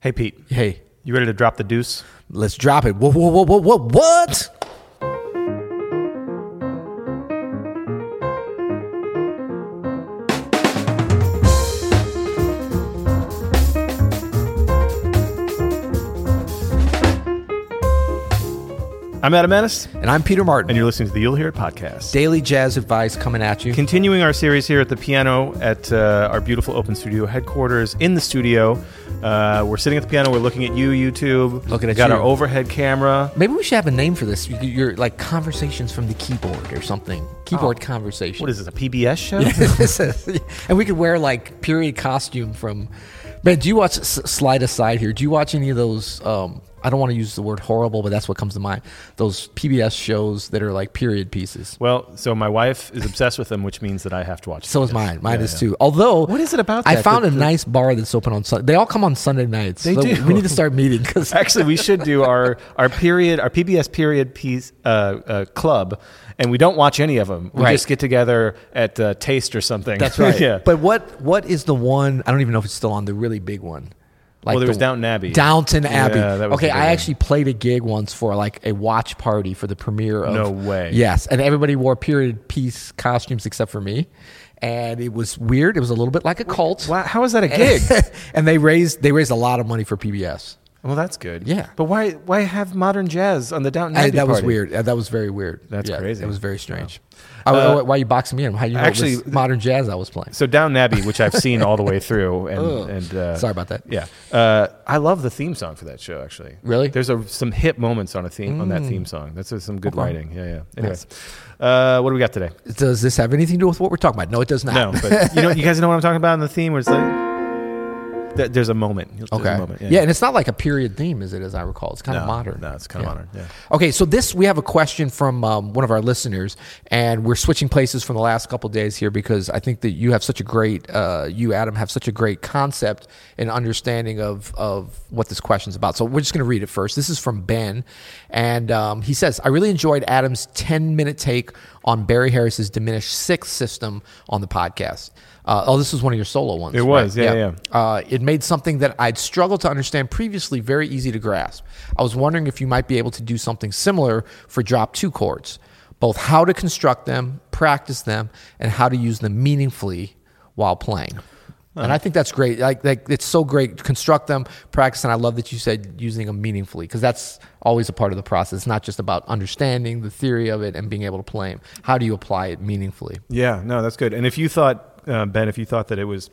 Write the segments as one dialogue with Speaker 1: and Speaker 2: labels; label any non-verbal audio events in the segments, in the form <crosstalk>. Speaker 1: Hey, Pete,
Speaker 2: Hey,
Speaker 1: you ready to drop the deuce?
Speaker 2: let's drop it. Whoa, whoa, whoa, whoa, whoa, what?
Speaker 1: I'm Adam Annis,
Speaker 2: And I'm Peter Martin.
Speaker 1: and you're listening to the You'll Hear It podcast.
Speaker 2: Daily jazz advice coming at you.
Speaker 1: Continuing our series here at the piano at uh, our beautiful open studio headquarters in the studio. Uh, we're sitting at the piano, we're looking at you, YouTube.
Speaker 2: Looking at
Speaker 1: Got
Speaker 2: you.
Speaker 1: our overhead camera.
Speaker 2: Maybe we should have a name for this. You- You're like conversations from the keyboard or something. Keyboard conversation.
Speaker 1: What is this, a PBS show?
Speaker 2: <laughs> and we could wear like period costume from. Man, do you watch? s- Slide aside here. Do you watch any of those? Um, I don't want to use the word horrible, but that's what comes to mind. Those PBS shows that are like period pieces.
Speaker 1: Well, so my wife is obsessed with them, which means that I have to watch
Speaker 2: So
Speaker 1: them,
Speaker 2: is
Speaker 1: yes.
Speaker 2: mine. Mine
Speaker 1: Yeah,
Speaker 2: is
Speaker 1: yeah.
Speaker 2: too. Although, what
Speaker 1: is it about
Speaker 2: I
Speaker 1: that
Speaker 2: found
Speaker 1: that-
Speaker 2: a nice bar that's open on Sunday. They all come on Sunday nights.
Speaker 1: They
Speaker 2: so
Speaker 1: do.
Speaker 2: We need to start
Speaker 1: <laughs>
Speaker 2: meeting because
Speaker 1: Actually, we should do our, our period, our PBS period piece uh, uh, club, and we don't watch any of them. We
Speaker 2: Right.
Speaker 1: just get together at uh, Taste or something.
Speaker 2: that's
Speaker 1: <laughs>
Speaker 2: right.
Speaker 1: yeah.
Speaker 2: But what what is the one? I don't even know if it's still on. The really big one. Like
Speaker 1: well, there was
Speaker 2: the-
Speaker 1: Downton Abbey.
Speaker 2: Downton Abbey.
Speaker 1: Yeah, that was
Speaker 2: okay,
Speaker 1: the big
Speaker 2: I
Speaker 1: one.
Speaker 2: actually played a gig once for like a watch party for the premiere of.
Speaker 1: No way.
Speaker 2: Yes, and everybody wore period piece costumes except for me, and it was weird. It was a little bit like a cult.
Speaker 1: Wow, how is that a
Speaker 2: Eh.
Speaker 1: gig?
Speaker 2: <laughs> and they raised they raised a lot of money for PBS.
Speaker 1: well, that's good.
Speaker 2: Yeah.
Speaker 1: But why why have modern jazz on the Downton
Speaker 2: I-
Speaker 1: Abbey
Speaker 2: that was
Speaker 1: party?
Speaker 2: weird. Uh, That was very weird.
Speaker 1: That's crazy. Uh,
Speaker 2: That was very strange. I- I- why are you boxing me in? How you know
Speaker 1: actually-
Speaker 2: actually modern jazz I was playing?
Speaker 1: So Downton Abbey, which I've seen all the way
Speaker 2: <laughs>
Speaker 1: through, and, and uh,
Speaker 2: Sorry about that.
Speaker 1: Yeah, uh, I love the theme song for that show. Actually,
Speaker 2: Really? Mm.
Speaker 1: there's a, some hit moments on a theme on that theme song. That's uh, some good writing. Yeah, yeah. Anyways, uh, what do we got today?
Speaker 2: Does this have anything to do with what we're talking about? No, it does not.
Speaker 1: No, but you know, you guys know what I'm talking about in the theme, where it's like there- there's a moment. There's a
Speaker 2: Okay.
Speaker 1: moment.
Speaker 2: yeah. and it's not like a period theme, is it? As I recall, it's kind
Speaker 1: No,
Speaker 2: of modern.
Speaker 1: no, it's kinda modern, yeah.
Speaker 2: Okay, so this we have a question from um, one of our listeners, and we're switching places from the last couple days here because I think that you have such a great, uh, you Adam have such a great concept and understanding of of what this question's about. So we're just going to read it first. This is from Ben, and um, he says, "I really enjoyed Adam's ten minute take on Barry Harris's diminished sixth system on the podcast." Uh, oh, this was one of your solo ones.
Speaker 1: It was, yeah, yeah.
Speaker 2: Uh, it made something that I'd struggled to understand previously very easy to grasp. I was wondering if you might be able to do something similar for drop two chords, both how to construct them, practice them, and how to use them meaningfully while playing. And I think that's great. Like, like it's so great. to Construct them, practice, and I love that you said using them meaningfully because that's always a part of the process. It's not just about understanding the theory of it and being able to play them. How do you apply it meaningfully?
Speaker 1: Yeah, no, that's good. And if you thought, uh, Ben, if you thought that it was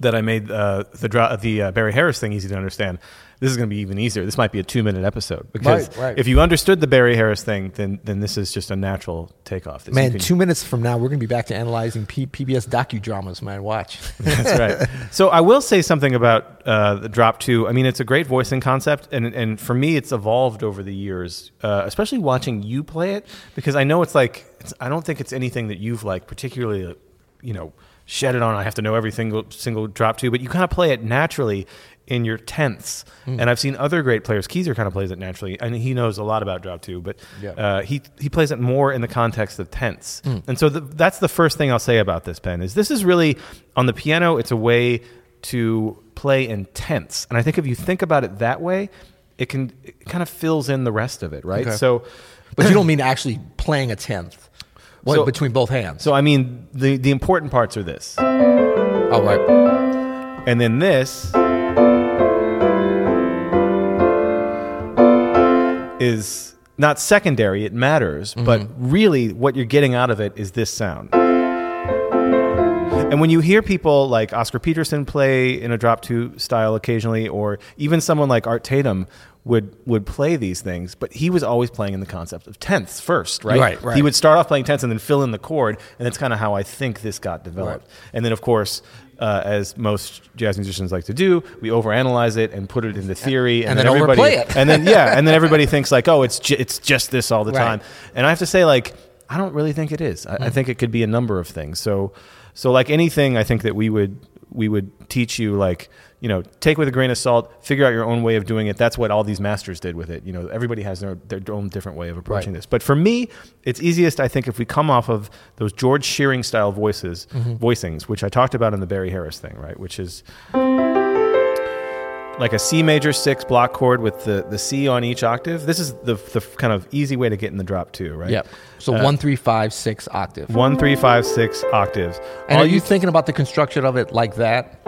Speaker 1: that I made uh, the dra- the uh, Barry Harris thing easy to understand, this is going to be even easier. This might be a two minute episode because
Speaker 2: Right, right.
Speaker 1: if you understood the Barry Harris thing, then then this is just a natural takeoff. This you
Speaker 2: Man,
Speaker 1: can-
Speaker 2: two minutes from now, we're going to be back to analyzing P- PBS docudramas, man. Watch.
Speaker 1: That's right. So I will say something about uh, the drop two. I mean, it's a great voicing concept, and and for me, it's evolved over the years, uh, especially watching you play it because I know it's like it's, I don't think it's anything that you've like particularly, you know, shed it on. I have to know every single single drop two, but you kind of play it naturally in your tenths. And I've seen other great players. Keezer kind of plays it naturally, and he knows a lot about drop two, but
Speaker 2: Yeah.
Speaker 1: uh, uh, he he plays it more in the context of tense, and so the, that's the first thing I'll say about this. Ben is this is really on the piano. It's a way to play in tense, and I think if you think about it that way, it can it kind of fills in the rest of it, right?
Speaker 2: Okay.
Speaker 1: So. <clears throat>
Speaker 2: But you don't mean actually playing a tenth one
Speaker 1: So-
Speaker 2: between both hands.
Speaker 1: So I mean, the, the important parts are this, Oh,
Speaker 2: All right.
Speaker 1: and then this is not secondary. It matters, but
Speaker 2: Mm-hmm.
Speaker 1: really, what you're getting out of it is this sound. And when you hear people like Oscar Peterson play in a drop two style occasionally, or even someone like Art Tatum would would play these things, but he was always playing in the concept of tenths first, right?
Speaker 2: Right, right.
Speaker 1: He would start off playing tenths and then fill in the chord, and that's kind of how I think this got developed. And then, of course, uh, as most jazz musicians like to do, we overanalyze it and put it into theory, and,
Speaker 2: And then
Speaker 1: everybody,
Speaker 2: overplay it.
Speaker 1: and then yeah,
Speaker 2: <laughs>
Speaker 1: and then everybody thinks like, oh, it's ju- it's just this all the
Speaker 2: Right.
Speaker 1: time. And I have to say, like, I don't really think it is. I,
Speaker 2: Hmm.
Speaker 1: I think it could be a number of things. So, so like anything, I think that we would we would teach you, like, you know, take with a grain of salt, figure out your own way of doing it. That's what all these masters did with it. You know, everybody has their their own different way of approaching
Speaker 2: Right.
Speaker 1: this. But for me, it's easiest, I think, if we come off of those George Shearing style voices,
Speaker 2: Mm-hmm.
Speaker 1: voicings, which I talked about in the Barry Harris thing, right? Which is like a C major six block chord with the, the C on each octave. This is the, the kind of easy way to get in the drop two, right?
Speaker 2: Yep. So
Speaker 1: Uh,
Speaker 2: one, three, five, six octave.
Speaker 1: One, three, five, six octaves.
Speaker 2: and
Speaker 1: All
Speaker 2: are you
Speaker 1: you-
Speaker 2: thinking about the construction of it like that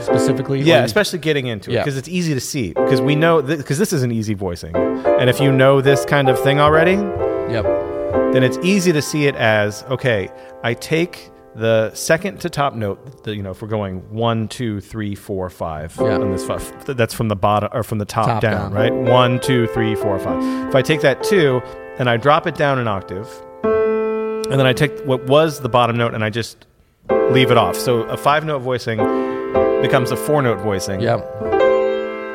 Speaker 2: specifically?
Speaker 1: yeah,
Speaker 2: Or you-
Speaker 1: especially getting into it
Speaker 2: Yeah.
Speaker 1: because it's easy to see because we know because this is an easy voicing, and if you know this kind of thing already,
Speaker 2: Yep.
Speaker 1: then it's easy to see it as okay, I take the second to top note, the, you know, if we're going one, two, three, four, five,
Speaker 2: Yeah.
Speaker 1: on this five, that's from the bottom or from the top,
Speaker 2: Top
Speaker 1: down,
Speaker 2: down.
Speaker 1: right? One, two, three, four, five. If I take that two and I drop it down an octave, and then I take what was the bottom note and I just leave it off. So a five note voicing becomes a four note voicing.
Speaker 2: Yep.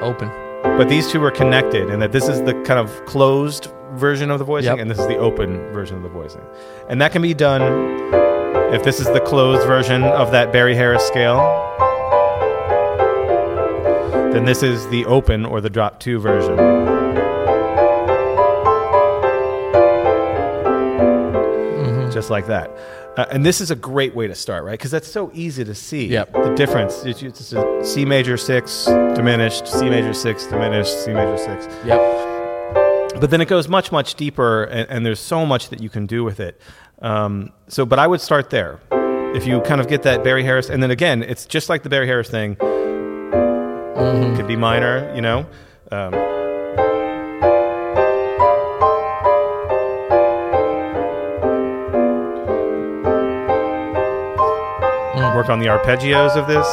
Speaker 2: Open.
Speaker 1: But these two are connected, and that this is the kind of closed version of the voicing,
Speaker 2: Yep.
Speaker 1: and this is the open version of the voicing. And that can be done if this is the closed version of that Barry Harris scale, then this is the open or the drop two version.
Speaker 2: Mm-hmm.
Speaker 1: Just like that. Uh, and this is a great way to start, right? Because that's so easy to see
Speaker 2: Yep.
Speaker 1: the difference. It's, it's just a C major six diminished, C major six diminished, C major six
Speaker 2: Yep.
Speaker 1: but then it goes much much deeper and, and there's so much that you can do with it um, so but i would start there if you kind of get that barry harris and then again it's just like the barry harris thing could be minor you know um, work on the arpeggios of this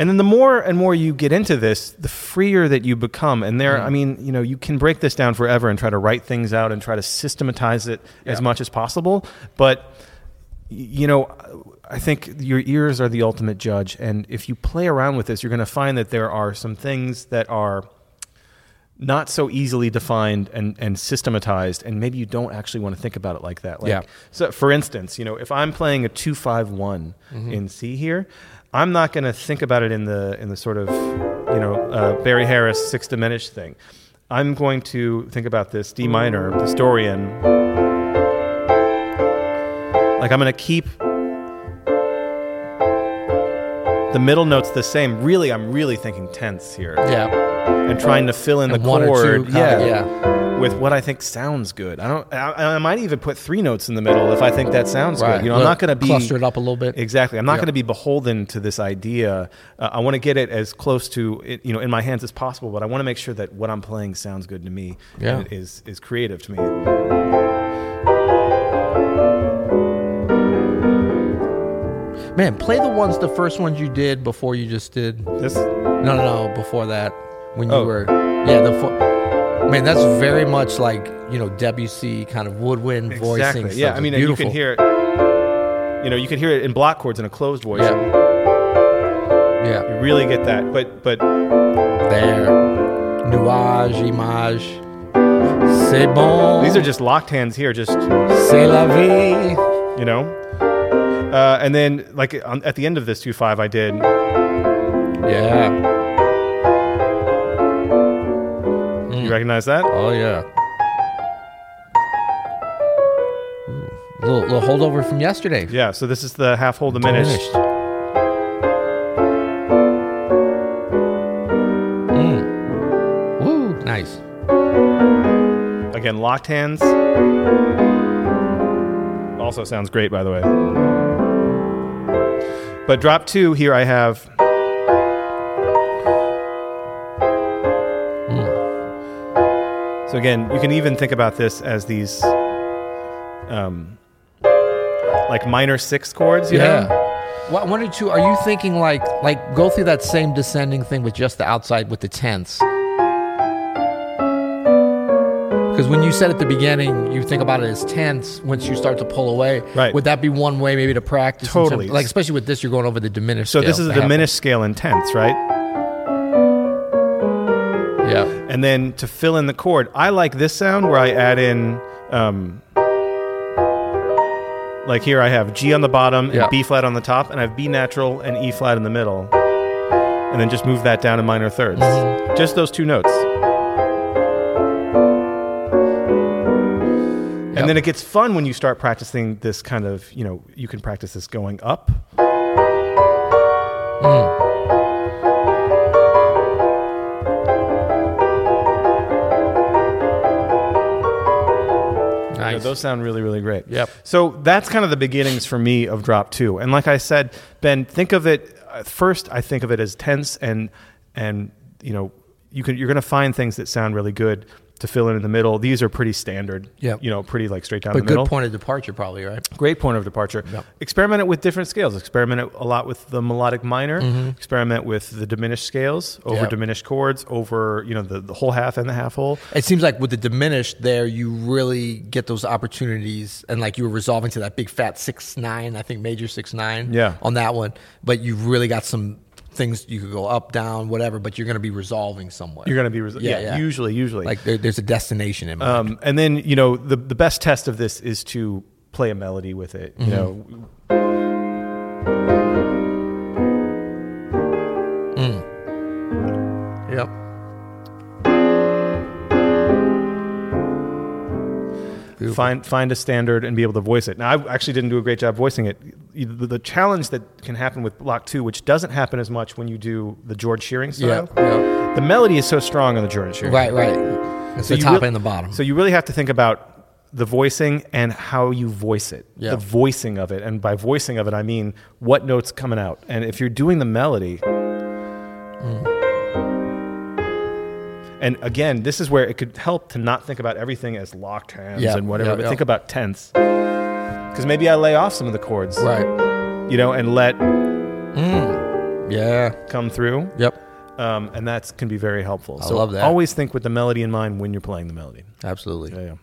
Speaker 1: And then the more and more you get into this, the freer that you become. And there, I mean, you know, you can break this down forever and try to write things out and try to systematize it as much as possible. But, y- you know, I think your ears are the ultimate judge. And if you play around with this, you're going to find that there are some things that are not so easily defined and, and systematized and maybe you don't actually want to think about it like that like
Speaker 2: Yeah.
Speaker 1: so for instance you know if i'm playing a 251 in c here i'm not going to think about it in the in the sort of you know uh, barry harris six diminished thing i'm going to think about this d minor the dorian like i'm going to keep the middle notes the same really i'm really thinking tense here
Speaker 2: Yeah.
Speaker 1: and trying to fill in the
Speaker 2: And one or two
Speaker 1: chord,
Speaker 2: kinda, yeah.
Speaker 1: with what I think sounds good. I don't. I, I might even put three notes in the middle if I think that sounds
Speaker 2: Right.
Speaker 1: good. You know, I'm
Speaker 2: Look,
Speaker 1: not going to be
Speaker 2: cluster it up a little bit.
Speaker 1: Exactly. I'm not
Speaker 2: Yeah.
Speaker 1: going to be beholden to this idea. Uh, I want to get it as close to it, you know in my hands as possible, but I want to make sure that what I'm playing sounds good to me
Speaker 2: Yeah.
Speaker 1: and it is is creative to me.
Speaker 2: Man, play the ones, the first ones you did before you just did. No,
Speaker 1: This
Speaker 2: no, no. Before that, when you
Speaker 1: Oh.
Speaker 2: were. Yeah. The. Fo- Man, that's very much like you know Debussy kind of woodwind voicing.
Speaker 1: exactly. Yeah.
Speaker 2: stuff.
Speaker 1: I mean, and you
Speaker 2: beautiful.
Speaker 1: can hear it. You know, you can hear it in block chords in a closed voice.
Speaker 2: Yeah. Yeah.
Speaker 1: You really get that, but but
Speaker 2: There. Nuage, image. C'est bon.
Speaker 1: these are just locked hands here, just.
Speaker 2: C'est la vie.
Speaker 1: you know. Uh, and then, like on, at the end of this two five, I did
Speaker 2: Yeah.
Speaker 1: you recognize that?
Speaker 2: Oh, yeah. Ooh, Little, little holdover from yesterday.
Speaker 1: Yeah. So this is the half whole diminished.
Speaker 2: Finished. Mm. Woo. Nice.
Speaker 1: Again, locked hands. Also sounds great, by the way. But drop two here, I have. So again, you can even think about this as these, um, like minor sixth chords. You
Speaker 2: Yeah.
Speaker 1: Know?
Speaker 2: Wha- One or two. Are you thinking like like go through that same descending thing with just the outside with the tenths? Because when you said at the beginning, you think about it as tenths. Once you start to pull away,
Speaker 1: Right.
Speaker 2: Would that be one way maybe to practice? in terms-
Speaker 1: Totally.
Speaker 2: like especially with this, you're going over the diminished.
Speaker 1: So this
Speaker 2: scale,
Speaker 1: is a
Speaker 2: the half-
Speaker 1: diminished scale in tenths, right?
Speaker 2: Yeah.
Speaker 1: And then to fill in the chord, I like this sound where I add in, um, like here I have G on the bottom and
Speaker 2: Yeah.
Speaker 1: B flat on the top, and I have B natural and E flat in the middle, and then just move that down in minor thirds. Just those two notes. And
Speaker 2: Yep.
Speaker 1: And then it gets fun when you start practicing this kind of, you know, you can practice this going up. You know,
Speaker 2: Nice.
Speaker 1: those sound really, really great.
Speaker 2: Yep.
Speaker 1: So that's kind of the beginnings for me of drop two. And like I said, Ben, think of it uh, first. I think of it as tense, and and you know you can you're going to find things that sound really good to fill in in the middle. These are pretty standard.
Speaker 2: Yep.
Speaker 1: You know, pretty like straight down
Speaker 2: but
Speaker 1: the
Speaker 2: good
Speaker 1: middle.
Speaker 2: point of departure, probably right.
Speaker 1: Great point of departure.
Speaker 2: Yep.
Speaker 1: Experiment it with different scales. Experiment a lot with the melodic minor. Experiment with the diminished scales over
Speaker 2: Mm-hmm. Yep.
Speaker 1: diminished chords over you know the, the whole half and the half whole.
Speaker 2: It seems like with the diminished there, you really get those opportunities, and like you were resolving to that big fat six nine, I think major six nine,
Speaker 1: Yeah.
Speaker 2: on that one. But you've really got some things you could go up, down, whatever. But you're going to be resolving somewhere.
Speaker 1: You're going to be res-
Speaker 2: Yeah,
Speaker 1: yeah,
Speaker 2: yeah.
Speaker 1: Usually, usually
Speaker 2: like there, there's a destination in mind.
Speaker 1: Um, and then you know the the best test of this is to play a melody with it.
Speaker 2: Mm-hmm.
Speaker 1: You know, Uh,
Speaker 2: yep. Beautiful.
Speaker 1: find find a standard and be able to voice it. Now, I actually didn't do a great job voicing it. You- The, the challenge that can happen with block two, which doesn't happen as much when you do the George Shearing style,
Speaker 2: Yeah. yeah.
Speaker 1: the melody is so strong on the George Shearing.
Speaker 2: Right. Right. It's the
Speaker 1: you
Speaker 2: top
Speaker 1: real-
Speaker 2: and the bottom.
Speaker 1: So you really have to think about the voicing and how you voice it,
Speaker 2: Yeah.
Speaker 1: the voicing of it. And by voicing of it, I mean what notes coming out. And if you're doing the melody,
Speaker 2: Mm.
Speaker 1: and again, this is where it could help to not think about everything as locked hands
Speaker 2: Yeah,
Speaker 1: and whatever,
Speaker 2: yeah,
Speaker 1: but
Speaker 2: yeah.
Speaker 1: think about tenths. Because maybe I lay off some of the chords,
Speaker 2: right.
Speaker 1: you know, and let
Speaker 2: Yeah.
Speaker 1: come through.
Speaker 2: Yep.
Speaker 1: Um, and that can be very helpful. I so
Speaker 2: love that.
Speaker 1: always think with the melody in mind when you're playing the melody.
Speaker 2: Absolutely.
Speaker 1: Yeah, yeah.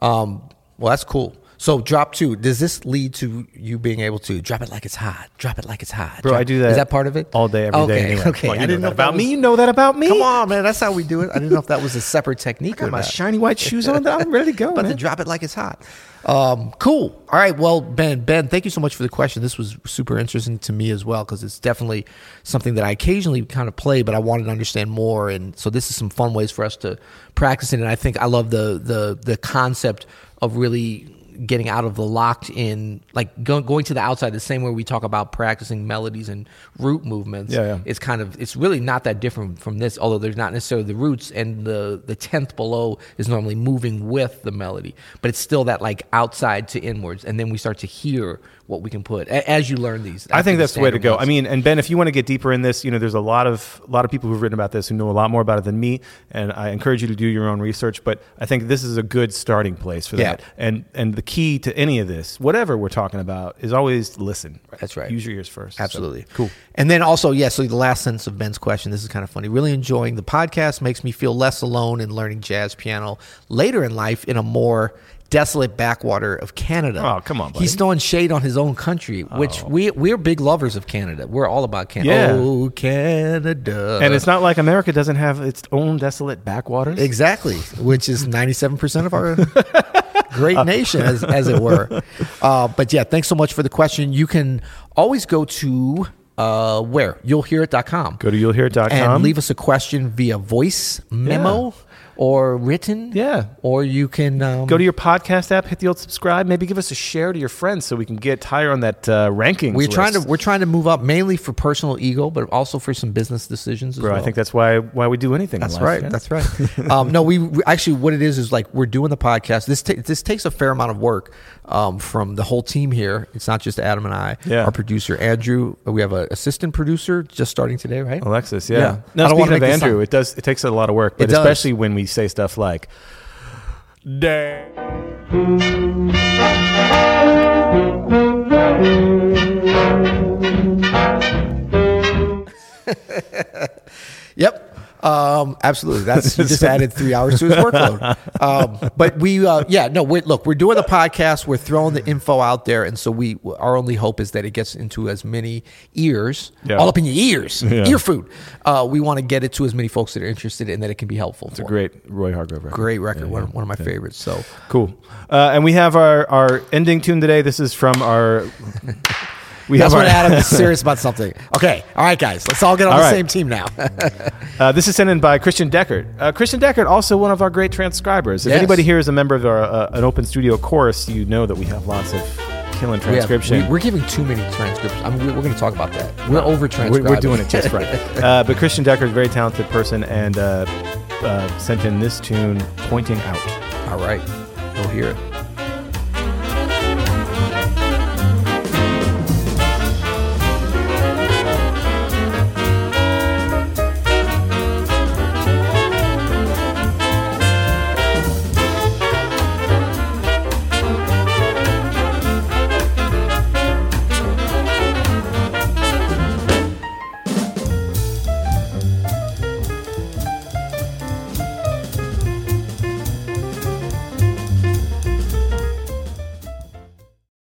Speaker 2: Um, well, that's cool. So drop two. Does this lead to you being able to drop it like it's hot? Drop it like it's hot.
Speaker 1: Bro,
Speaker 2: drop,
Speaker 1: I do that.
Speaker 2: Is that part of it?
Speaker 1: All day, every day.
Speaker 2: okay,
Speaker 1: anyway.
Speaker 2: Okay.
Speaker 1: Well, you
Speaker 2: I didn't
Speaker 1: know,
Speaker 2: know,
Speaker 1: that
Speaker 2: if that
Speaker 1: about
Speaker 2: was-
Speaker 1: me. You know that about me.
Speaker 2: Come on, man. That's how we do it. I didn't know if that was a separate technique or
Speaker 1: Got my
Speaker 2: not.
Speaker 1: shiny white shoes on. I'm ready to go,
Speaker 2: <laughs> About to
Speaker 1: man.
Speaker 2: drop it like it's hot. Um, cool. All right. Well, Ben, Ben, thank you so much for the question. This was super interesting to me as well because it's definitely something that I occasionally kind of play, but I wanted to understand more. And so this is some fun ways for us to practice it. And I think I love the the the concept of really getting out of the locked in, like go, going to the outside. The same way we talk about practicing melodies and root movements.
Speaker 1: Yeah, yeah.
Speaker 2: It's kind of it's really not that different from this, although there's not necessarily the roots and the the tenth below is normally moving with the melody, but it's still that like outside to inwards, and then we start to hear what we can put a- as you learn these.
Speaker 1: I think that's the way to
Speaker 2: standard
Speaker 1: go.
Speaker 2: ones.
Speaker 1: I mean, and Ben, if you want to get deeper in this, you know, there's a lot of a lot of people who've written about this who know a lot more about it than me, and I encourage you to do your own research. But I think this is a good starting place for
Speaker 2: Yeah.
Speaker 1: that. And and the key to any of this, whatever we're talking about, is always listen.
Speaker 2: That's right.
Speaker 1: Use your ears first. So,
Speaker 2: Absolutely.
Speaker 1: cool.
Speaker 2: And then also, yeah, so the last sentence of Ben's question, this is kind of funny. Really enjoying the podcast makes me feel less alone in learning jazz piano later in life in a more desolate backwater of Canada.
Speaker 1: Oh, come on, buddy. Oh.
Speaker 2: He's throwing shade on his own country, which we we're big lovers of Canada. We're all about Canada.
Speaker 1: Yeah.
Speaker 2: Oh, Canada.
Speaker 1: And it's not like America doesn't have its own desolate backwaters.
Speaker 2: Exactly, which is 97%
Speaker 1: <laughs>
Speaker 2: of our great nation, as, as it were. Uh, but yeah, thanks so much for the question. You can always go to uh, where? You'll hear it.com.
Speaker 1: go to you'llhear.com.
Speaker 2: And leave us a question via voice memo or written.
Speaker 1: Yeah.
Speaker 2: Or you can um,
Speaker 1: Go to your podcast app, hit the old subscribe, maybe give us a share to your friends so we can get higher on that uh, rankings.
Speaker 2: We're trying to
Speaker 1: list.
Speaker 2: we're trying to move up mainly for personal ego, but also for some business decisions as
Speaker 1: Bro,
Speaker 2: well.
Speaker 1: I think that's why why we do anything. in
Speaker 2: That's
Speaker 1: life,
Speaker 2: right.
Speaker 1: yeah. <laughs>
Speaker 2: That's right. um, no, we, we- actually what it is is like we're doing the podcast. This ta- this takes a fair amount of work um, from the whole team here. It's not just Adam and I.
Speaker 1: Yeah.
Speaker 2: Our producer Andrew. We have an assistant producer just starting today, right?
Speaker 1: Alexis, yeah.
Speaker 2: Yeah.
Speaker 1: No,
Speaker 2: I don't wanna
Speaker 1: speaking of
Speaker 2: make this
Speaker 1: Andrew,
Speaker 2: sound-
Speaker 1: it does it takes a lot of work, but
Speaker 2: does.
Speaker 1: especially when we say stuff like "Dang."
Speaker 2: Yep. Um, absolutely. That's
Speaker 1: <laughs>
Speaker 2: you just added three hours to his workload. Um, but we, uh, yeah, no, we look, we're doing the podcast. We're throwing the info out there, and so we, our only hope is that it gets into as many ears,
Speaker 1: Yeah.
Speaker 2: all up in your ears,
Speaker 1: Yeah.
Speaker 2: ear food. Uh, we want to get it to as many folks that are interested and that it can be helpful. It's
Speaker 1: Great Roy Hargrove record.
Speaker 2: great record. one, one of my favorites. So
Speaker 1: Cool. Uh, and we have our, our ending tune today. This is from our <laughs> We
Speaker 2: That's
Speaker 1: have
Speaker 2: when
Speaker 1: our-
Speaker 2: Adam
Speaker 1: <laughs>
Speaker 2: is serious about something. Okay, all right, guys, let's all get on
Speaker 1: All
Speaker 2: the
Speaker 1: right.
Speaker 2: same
Speaker 1: <laughs>
Speaker 2: team now.
Speaker 1: Uh, this is sent in by Christian Deckard. Uh, Christian Deckard, also one of our great transcribers. If
Speaker 2: Yes.
Speaker 1: anybody here is a member of our, uh, an open studio chorus, you know that we have lots of killing
Speaker 2: We have-
Speaker 1: transcription.
Speaker 2: We, are giving too many transcriptions. I mean, we- we're going to talk about that. We're over
Speaker 1: We're,
Speaker 2: transcribing.
Speaker 1: we're doing it just right. <laughs> Uh, but Christian Decker is a very talented person and uh, uh, sent in this tune, Pointing Out.
Speaker 2: all right, we'll hear it.